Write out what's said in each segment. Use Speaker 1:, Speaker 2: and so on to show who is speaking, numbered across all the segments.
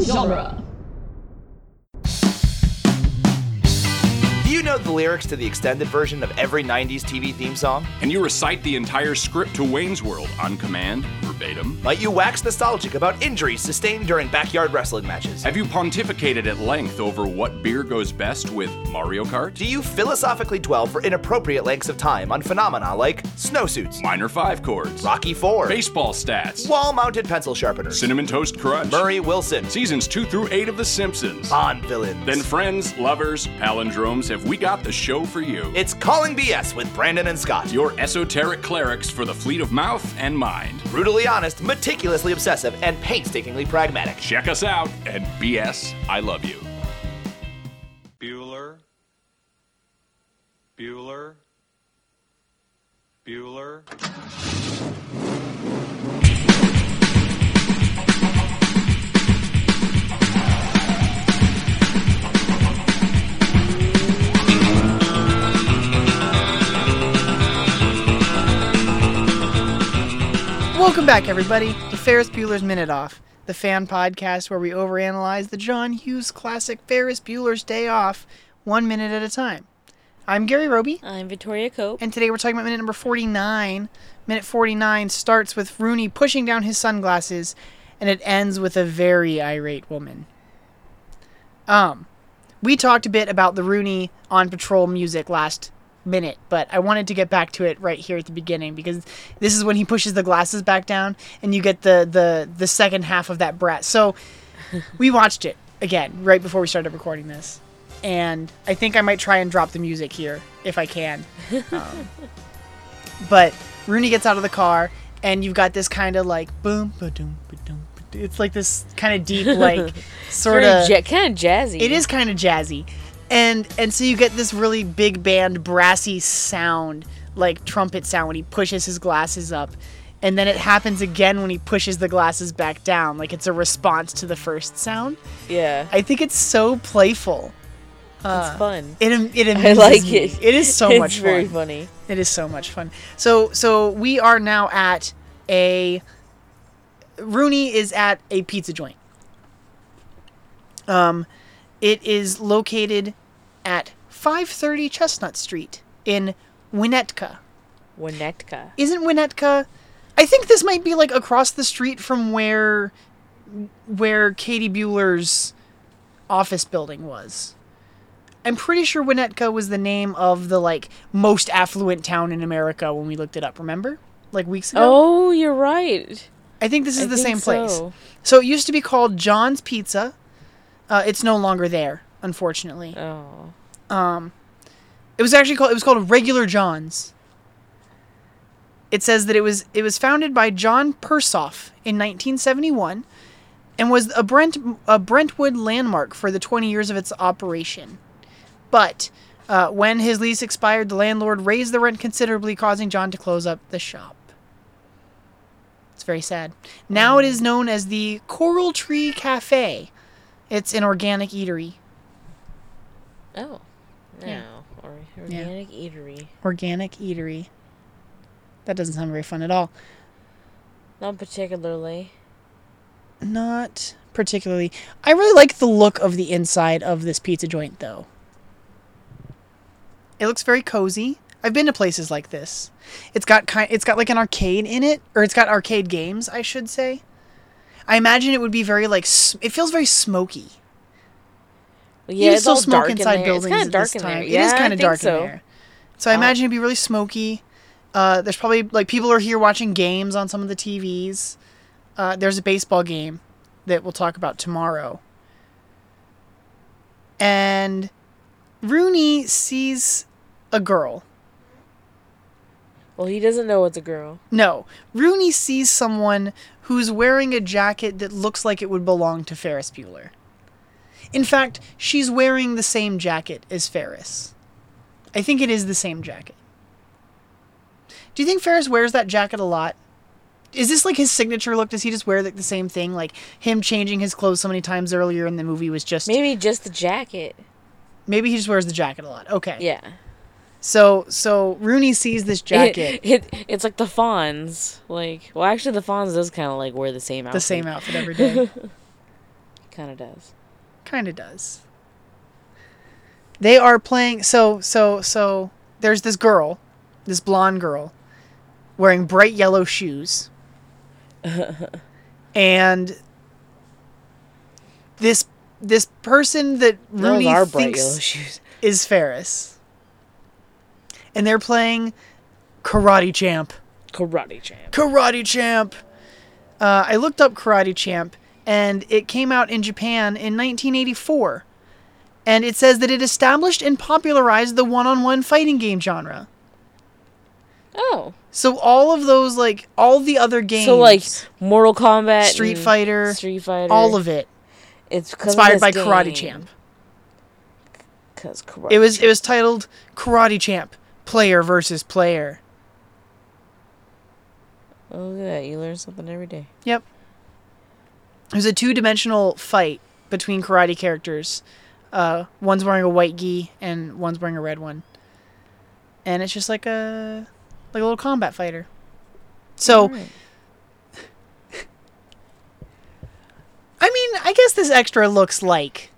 Speaker 1: genre.
Speaker 2: Do you know the lyrics to the extended version of every 90s TV theme song?
Speaker 3: and you recite the entire script to Wayne's World on command, verbatim?
Speaker 2: Might you wax nostalgic about injuries sustained during backyard wrestling matches?
Speaker 3: Have you pontificated at length over what beer goes best with Mario Kart?
Speaker 2: Do you philosophically dwell for inappropriate lengths of time on phenomena like snowsuits,
Speaker 3: Minor five chords,
Speaker 2: Rocky Four,
Speaker 3: baseball stats,
Speaker 2: wall-mounted pencil sharpeners,
Speaker 3: cinnamon toast crunch,
Speaker 2: Murray Wilson,
Speaker 3: seasons two through eight of The Simpsons.
Speaker 2: Bond villains?
Speaker 3: Then, friends, lovers, palindromes, have we got the show for you?
Speaker 2: it's calling BS with Brandon and Scott.
Speaker 3: Your esoteric clerics for the fleet of mouth and mind.
Speaker 2: brutally honest, meticulously obsessive, and painstakingly pragmatic.
Speaker 3: Check us out at BS I Love You.
Speaker 4: Bueller. Bueller. Bueller.
Speaker 5: Welcome back, everybody, to Ferris Bueller's Minute Off, the fan podcast where we overanalyze the John Hughes classic Ferris Bueller's Day Off one minute at a time. I'm Gary Roby,
Speaker 1: I'm Uh, Victoria Cope.
Speaker 5: and today we're talking about minute number 49. Minute 49 starts with Rooney pushing down his sunglasses, and it ends with a very irate woman. Um, we talked a bit about the Rooney on patrol music last minute, but I wanted to get back to it right here at the beginning because this is when he pushes the glasses back down, and you get the the the second half of that brat. So we watched it again right before we started recording this. And I think I might try and drop the music here if I can Um, but Rooney gets out of the car, and you've got this kind of like boom, ba-doom, ba-doom, ba-doom. it's like this kind of deep, like sort of.
Speaker 1: kind of jazzy.
Speaker 5: It is kind of jazzy, and and so you get this really big band brassy sound, like trumpet sound when he pushes his glasses up, and then it happens again when he pushes the glasses back down, like it's a response to the first sound.
Speaker 1: Yeah,
Speaker 5: I think it's so playful.
Speaker 1: it's fun.
Speaker 5: It am- it
Speaker 1: I
Speaker 5: amuses
Speaker 1: like
Speaker 5: me.
Speaker 1: it.
Speaker 5: It is so
Speaker 1: it's
Speaker 5: much fun.
Speaker 1: very funny.
Speaker 5: It is so much fun. So so we are now at a Rooney is at a pizza joint. Um it is located at 530 Chestnut Street in Winnetka.
Speaker 1: Winnetka.
Speaker 5: Isn't Winnetka I think this might be like across the street from where where Katie Bueller's office building was. I'm pretty sure Winnetka was the name of the like most affluent town in America when we looked it up. Remember, like weeks ago.
Speaker 1: Oh, you're right.
Speaker 5: I think this is
Speaker 1: I
Speaker 5: the same
Speaker 1: think
Speaker 5: place.
Speaker 1: so.
Speaker 5: So it used to be called John's Pizza. Uh, it's no longer there, unfortunately. Um,
Speaker 1: Oh,
Speaker 5: It was actually called it was called Regular John's. It says that it was it was founded by John Persoff in 1971 and was a Brent a Brentwood landmark for the 20 years of its operation. But uh, when his lease expired, the landlord raised the rent considerably, causing John to close up the shop. It's very sad. Now it is known as the Coral Tree Cafe. It's an organic eatery.
Speaker 1: oh, no. Or organic eatery.
Speaker 5: Organic eatery. That doesn't sound very fun at all.
Speaker 1: Not particularly.
Speaker 5: not particularly. I really like the look of the inside of this pizza joint, though. It looks very cozy. I've been to places like this. It's got kind. It's got like an arcade in it, or it's got arcade games, I should say. I imagine it would be very like. s- It feels very smoky.
Speaker 1: Well,
Speaker 5: You
Speaker 1: yeah,
Speaker 5: can
Speaker 1: it's
Speaker 5: still
Speaker 1: all
Speaker 5: smoke
Speaker 1: dark in
Speaker 5: inside
Speaker 1: there.
Speaker 5: buildings
Speaker 1: It's
Speaker 5: at
Speaker 1: kind of
Speaker 5: this
Speaker 1: dark in
Speaker 5: time.
Speaker 1: there.
Speaker 5: it is
Speaker 1: Yeah, I
Speaker 5: kind of
Speaker 1: think
Speaker 5: dark
Speaker 1: so. Uh,
Speaker 5: in there. So I imagine it'd be really smoky. Uh, there's probably like people are here watching games on some of the TVs. Uh, there's a baseball game that we'll talk about tomorrow. And Rooney sees a girl.
Speaker 1: Well, he doesn't know it's a girl.
Speaker 5: No, Rooney sees someone who's wearing a jacket that looks like it would belong to Ferris Bueller. In fact, she's wearing the same jacket as Ferris. I think it is the same jacket. Do you think Ferris wears that jacket a lot? Is this like his signature look? Does he just wear like the same thing? Like him changing his clothes so many times earlier in the movie was just maybe,
Speaker 1: Maybe just the jacket.
Speaker 5: he just wears the jacket a lot. Okay.
Speaker 1: Yeah.
Speaker 5: So so Rooney sees this jacket,
Speaker 1: It, it, it's like the Fawns. Like, well, actually, the Fawns does kind of like wear the same outfit.
Speaker 5: the same outfit every day.
Speaker 1: kind of does.
Speaker 5: kind of does. They are playing so so so there's this girl, this blonde girl wearing bright yellow shoes. and this this person that Rooney
Speaker 1: Those are bright
Speaker 5: thinks
Speaker 1: yellow shoes.
Speaker 5: is Ferris. And they're playing Karate Champ.
Speaker 1: Karate champ.
Speaker 5: Karate Champ. Uh, I looked up Karate Champ, and it came out in Japan in 1984. And it says that it established and popularized the one-on-one fighting game genre.
Speaker 1: Oh,
Speaker 5: So all of those, like all the other games,
Speaker 1: so like Mortal Kombat,
Speaker 5: Street
Speaker 1: and
Speaker 5: Fighter,
Speaker 1: Street Fighter,
Speaker 5: all of it,
Speaker 1: it's 'cause of
Speaker 5: inspired
Speaker 1: this
Speaker 5: by Karate
Speaker 1: game.
Speaker 5: Champ.
Speaker 1: 'Cause karate.
Speaker 5: It was it was titled Karate Champ: Player versus Player.
Speaker 1: Oh, look at that. You learn something every day.
Speaker 5: Yep. It was a two dimensional fight between karate characters. Uh, one's wearing a white gi and one's wearing a red one. And it's just like a like a little combat fighter. So
Speaker 1: Alright.
Speaker 5: I mean, I guess this extra looks like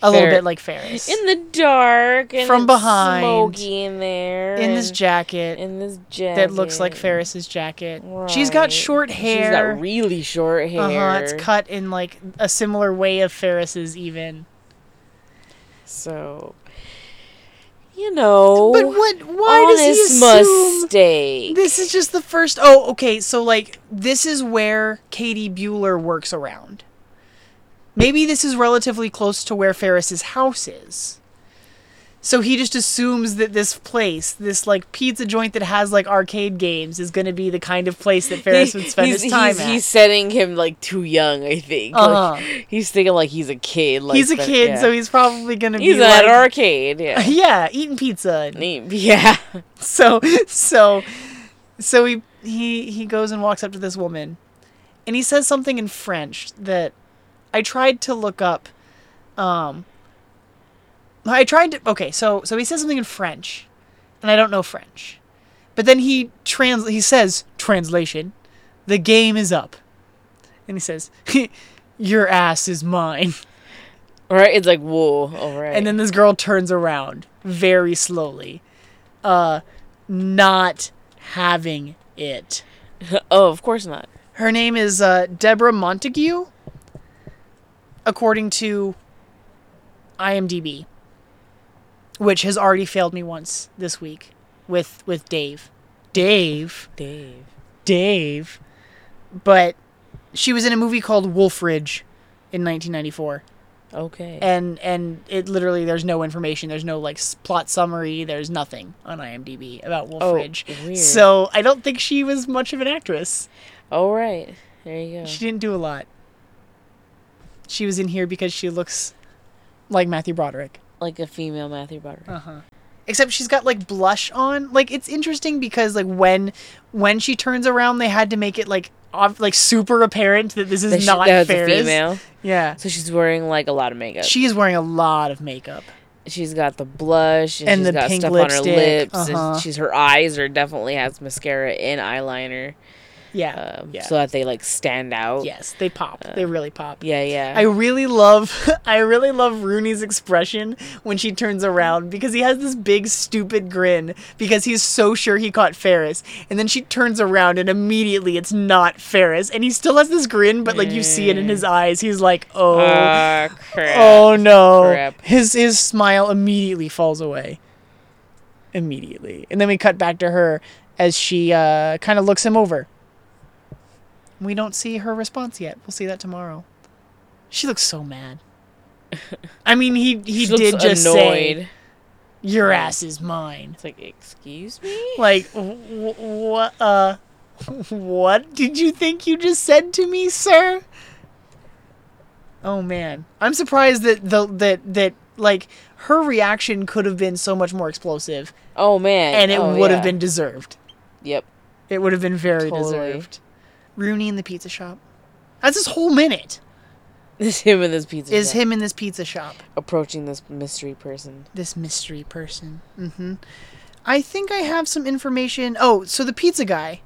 Speaker 5: a little
Speaker 1: Fer-
Speaker 5: bit like Ferris.
Speaker 1: in the dark and
Speaker 5: From
Speaker 1: it's
Speaker 5: behind.
Speaker 1: smoky in there,
Speaker 5: in this
Speaker 1: and-
Speaker 5: jacket
Speaker 1: in this jacket
Speaker 5: that looks like Ferris's jacket. She's got
Speaker 1: Right.
Speaker 5: short
Speaker 1: She's
Speaker 5: hair.
Speaker 1: got really short hair.
Speaker 5: uh-huh, it's cut in like a similar way of Ferris's even.
Speaker 1: So, you know,
Speaker 5: But what why does he
Speaker 1: Oh, honest
Speaker 5: assume
Speaker 1: mistake.
Speaker 5: This is just the first. Oh, okay. So like this is where Katie Bueller works around. Maybe this is relatively close to where Ferris's house is. So he just assumes that this place, this like pizza joint that has like arcade games, is going to be the kind of place that Ferris would spend
Speaker 1: he's,
Speaker 5: his time
Speaker 1: he's,
Speaker 5: at.
Speaker 1: he's setting him like too young, I think. Like,
Speaker 5: Uh-huh.
Speaker 1: he's thinking like he's a kid. Like
Speaker 5: he's a
Speaker 1: but-
Speaker 5: kid,
Speaker 1: yeah.
Speaker 5: so he's probably going to be
Speaker 1: he's at
Speaker 5: like,
Speaker 1: an arcade. Yeah,
Speaker 5: yeah, eating pizza. And
Speaker 1: yeah.
Speaker 5: so so so he he he goes and walks up to this woman and he says something in french that i tried to look up um i tried to okay so so he says something in french and i don't know french but then he trans he says translation the game is up and he says your ass is mine
Speaker 1: All right, it's like whoa. All right,
Speaker 5: and then this girl turns around very slowly, uh, not having it.
Speaker 1: oh, of course not.
Speaker 5: Her name is uh, Deborah Montague, according to IMDb, which has already failed me once this week with with Dave. Dave,
Speaker 1: Dave.
Speaker 5: Dave, but she was in a movie called Wolf Ridge in 1994
Speaker 1: Okay.
Speaker 5: and and it literally there's no information there's no like s- plot summary there's nothing on imdb about wolf
Speaker 1: Oh,
Speaker 5: ridge
Speaker 1: weird.
Speaker 5: so i don't think she was much of an actress
Speaker 1: All right. There you go.
Speaker 5: she didn't do a lot she was in here because she looks like matthew broderick
Speaker 1: Like a female Matthew Broderick.
Speaker 5: Uh, except she's got like blush on like it's interesting because like when when she turns around they had to make it like off like super apparent that this is
Speaker 1: That she-
Speaker 5: not
Speaker 1: that was
Speaker 5: fair
Speaker 1: a female.
Speaker 5: yeah
Speaker 1: So she's wearing like a lot of makeup.
Speaker 5: she is wearing a lot of makeup
Speaker 1: she's got the blush and,
Speaker 5: And
Speaker 1: she's
Speaker 5: the
Speaker 1: got
Speaker 5: pink
Speaker 1: stuff on her
Speaker 5: lipstick,
Speaker 1: lips
Speaker 5: uh-huh.
Speaker 1: and she's her eyes are definitely has mascara and eyeliner
Speaker 5: yeah,
Speaker 1: um,
Speaker 5: yeah.
Speaker 1: so Uh, that they like stand out
Speaker 5: yes they pop they really pop
Speaker 1: yeah yeah
Speaker 5: I really love I really love Rooney's expression when she turns around because he has this big stupid grin because he's so sure he caught Ferris and then she turns around and immediately it's not Ferris and he still has this grin but like you see it in his eyes he's like oh
Speaker 1: Ah, crap.
Speaker 5: oh no
Speaker 1: crap.
Speaker 5: his his smile immediately falls away immediately and then we cut back to her as she uh, kind of looks him over we don't see her response yet we'll see that tomorrow she looks so mad i mean he he
Speaker 1: She looks
Speaker 5: did just say
Speaker 1: annoyed.
Speaker 5: your ass is mine
Speaker 1: it's like excuse me
Speaker 5: like wh- wh- what uh what did you think you just said to me sir oh man i'm surprised that the that that like her reaction could have been so much more explosive
Speaker 1: oh man
Speaker 5: and it
Speaker 1: Oh,
Speaker 5: would
Speaker 1: yeah.
Speaker 5: have been deserved
Speaker 1: yep
Speaker 5: it would have been very
Speaker 1: Totally.
Speaker 5: deserved rooney in the pizza shop that's his whole minute
Speaker 1: it's him and this pizza
Speaker 5: is
Speaker 1: shop
Speaker 5: him in this pizza shop
Speaker 1: approaching this mystery person
Speaker 5: this mystery person. hmm I think I have some information. Oh, so the pizza guy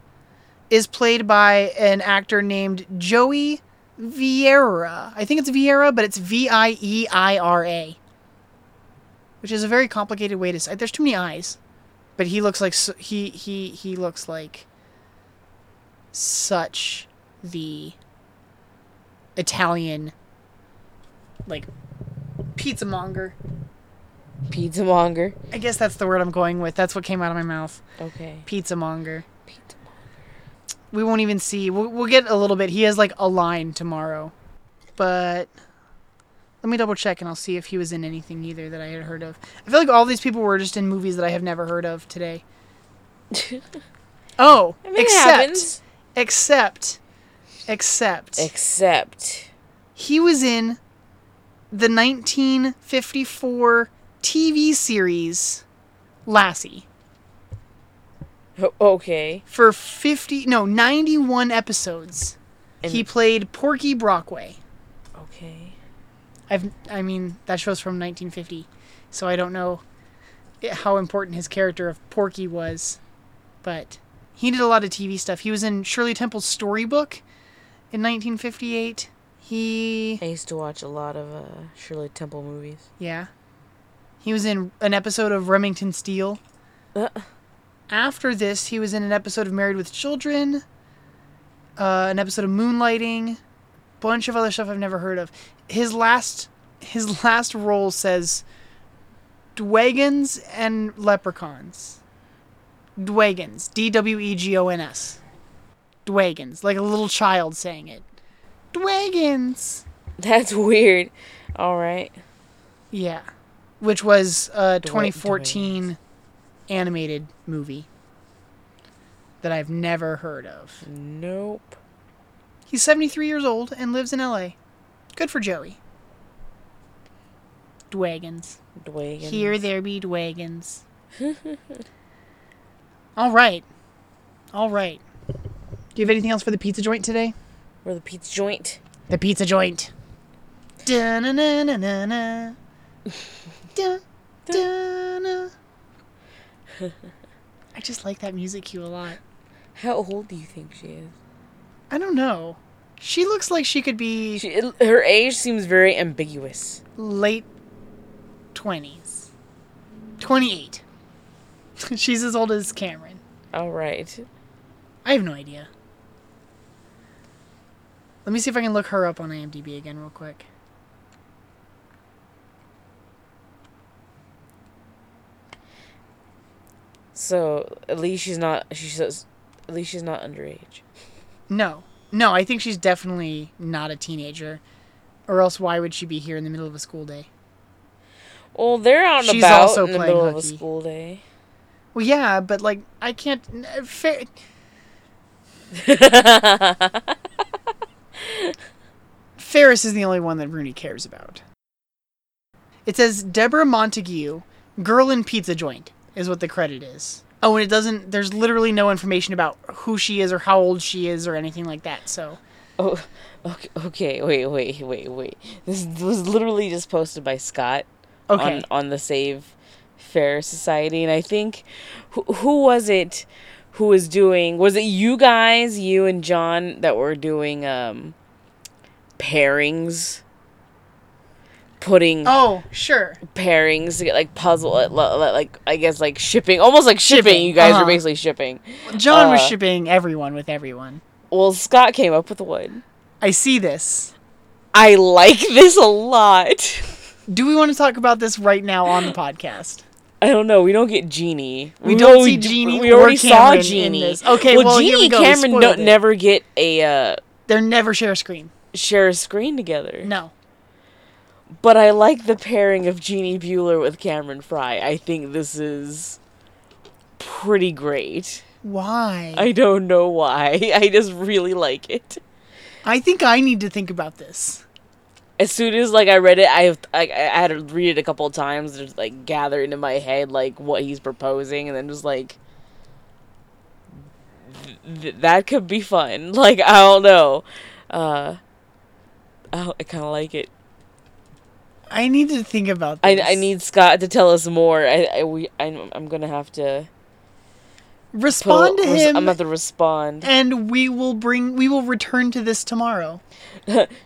Speaker 5: is played by an actor named Joey Vieira. I think it's Vieira, but it's V I E I R A, which is a very complicated way to say. There's too many I's, but he looks like su- he he he looks like such the Italian like pizza monger.
Speaker 1: Pizza monger.
Speaker 5: I guess that's the word I'm going with. That's what came out of my mouth.
Speaker 1: Okay.
Speaker 5: Pizza monger.
Speaker 1: Pizza monger.
Speaker 5: we won't even see. We'll, we'll get a little bit. He has like a line tomorrow, but let me double check and I'll see if he was in anything either that I had heard of. I feel like all these people were just in movies that I have never heard of today. oh,
Speaker 1: mean, it
Speaker 5: except,
Speaker 1: happens.
Speaker 5: except, except,
Speaker 1: Except
Speaker 5: he was in the 1954 TV series Lassie
Speaker 1: O- okay.
Speaker 5: for 50 no 91 episodes.
Speaker 1: And-
Speaker 5: he played Porky Brockway.
Speaker 1: Okay.
Speaker 5: I've I mean that show's from 1950, so I don't know i- how important his character of Porky was, but he did a lot of TV stuff. He was in Shirley Temple's Storybook in 1958. He
Speaker 1: I used to watch a lot of uh, Shirley Temple movies.
Speaker 5: yeah. He was in an episode of Remington Steele.
Speaker 1: Uh.
Speaker 5: After this, he was in an episode of Married with Children, uh, an episode of Moonlighting, bunch of other stuff I've never heard of. His last his last role says Dwagons and Leprechauns. Dwagons, D W E G O N S. Dwagons, like a little child saying it. Dwagons.
Speaker 1: That's weird. All right.
Speaker 5: Yeah, which was a
Speaker 1: Dwight
Speaker 5: 2014 animated movie that I've never heard of.
Speaker 1: Nope.
Speaker 5: He's 73 years old and lives in LA. Good for Joey. Dwagons.
Speaker 1: Dwayne.
Speaker 5: Here there be dwagons. All right. All right. Do you have anything else for the pizza joint today?
Speaker 1: Where the pizza joint.
Speaker 5: The pizza joint. Da-na-na-na-na. Da- da-na. I just like that music cue a lot.
Speaker 1: How old do you think she is?
Speaker 5: I don't know. She looks like she could be
Speaker 1: She, it- her age seems very ambiguous.
Speaker 5: late 20s. 28. She's as old as Cameron.
Speaker 1: All right.
Speaker 5: I have no idea. Let me see if I can look her up on IMDb again, real quick.
Speaker 1: So at least she's not. She says. At least she's not underage.
Speaker 5: No. No, I think she's definitely not a teenager. Or else why would she be here in the middle of a school day?
Speaker 1: Well, they're out and
Speaker 5: She's
Speaker 1: about
Speaker 5: also
Speaker 1: in the
Speaker 5: playing
Speaker 1: middle of a
Speaker 5: hooky.
Speaker 1: school day.
Speaker 5: Well, yeah, but like I can't n- fair Ferris is the only one that Rooney cares about. It says Deborah Montague, girl in pizza joint is what the credit is. Oh, and it doesn't there's literally no information about who she is or how old she is or anything like that. So,
Speaker 1: Oh, okay, okay. Wait, wait, wait, wait. This was literally just posted by Scott
Speaker 5: okay.
Speaker 1: on on the Save Fair Society, and I think who, who was it who was doing? Was it you guys, you and John, that were doing um pairings, putting
Speaker 5: oh, sure.
Speaker 1: pairings to get like puzzle, like, lo- lo- like I guess like shipping, almost like shipping.
Speaker 5: Shipping,
Speaker 1: you guys
Speaker 5: uh-huh.
Speaker 1: were basically shipping.
Speaker 5: John was
Speaker 1: Uh,
Speaker 5: shipping everyone with everyone.
Speaker 1: Well, Scott came up with one.
Speaker 5: I see this.
Speaker 1: I like this a lot.
Speaker 5: Do we want to talk about this right now on the podcast?
Speaker 1: I don't know. We don't get Genie.
Speaker 5: We don't
Speaker 1: know
Speaker 5: see Genie
Speaker 1: We
Speaker 5: or
Speaker 1: already saw
Speaker 5: Cameron in
Speaker 1: Genie.
Speaker 5: this. Okay, well,
Speaker 1: Genie
Speaker 5: here we go. We
Speaker 1: and Cameron
Speaker 5: spoiled
Speaker 1: don't,
Speaker 5: it.
Speaker 1: never get a uh,
Speaker 5: They're never share a screen.
Speaker 1: share a screen together.
Speaker 5: No.
Speaker 1: But I like the pairing of Genie Bueller with Cameron Fry. I think this is pretty great.
Speaker 5: Why? I,
Speaker 1: I don't know why. I just really like it.
Speaker 5: think I need to think about this.
Speaker 1: As soon as like I read it, I I, I had to read it a couple of times to like gather into my head like what he's proposing, and then just like th- that could be fun. Like I don't know, uh, I, I kind of like it.
Speaker 5: I need to think about
Speaker 1: I,
Speaker 5: this.
Speaker 1: I need Scott to tell us more. I, I we I'm, I'm gonna have to
Speaker 5: Respond to
Speaker 1: Res-
Speaker 5: him,
Speaker 1: I'm about to respond.
Speaker 5: and we will bring. We will return to this tomorrow.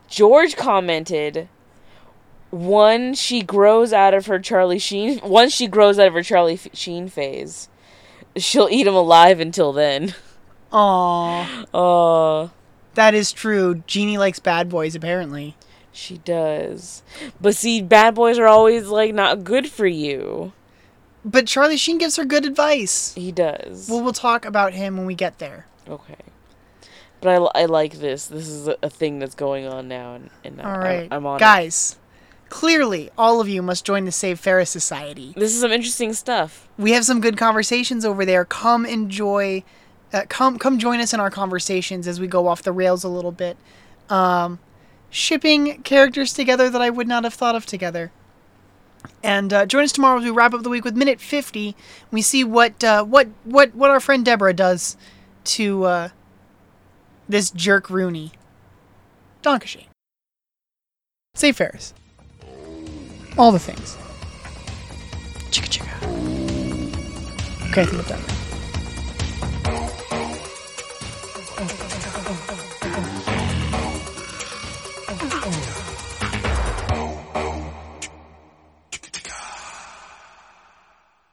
Speaker 1: George commented, "One, she grows out of her Charlie Sheen. Once she grows out of her Charlie F- Sheen phase, she'll eat him alive until then."
Speaker 5: Aw,
Speaker 1: Oh,
Speaker 5: that is true. Jeannie likes bad boys, apparently.
Speaker 1: she does. But see, bad boys are always like not good for you.
Speaker 5: But Charlie Sheen gives her good advice.
Speaker 1: He does.
Speaker 5: Well, we'll talk about him when we get there.
Speaker 1: Okay. But I, li- I like this. This is a, a thing that's going on now, and, and I-
Speaker 5: All right,
Speaker 1: I'm, I'm on it.
Speaker 5: guys. Clearly, all of you must join the Save Ferris Society.
Speaker 1: This is some interesting stuff.
Speaker 5: we have some good conversations over there. Come enjoy, uh, come come join us in our conversations as we go off the rails a little bit. Um, shipping characters together that I would not have thought of together. And uh, join us tomorrow as we wrap up the week with minute fifty. We see what uh, what what what our friend Deborah does to uh, this jerk Rooney. Donkashay. Say Ferris. All the things. Chicka chicka. Okay, I think I'm done.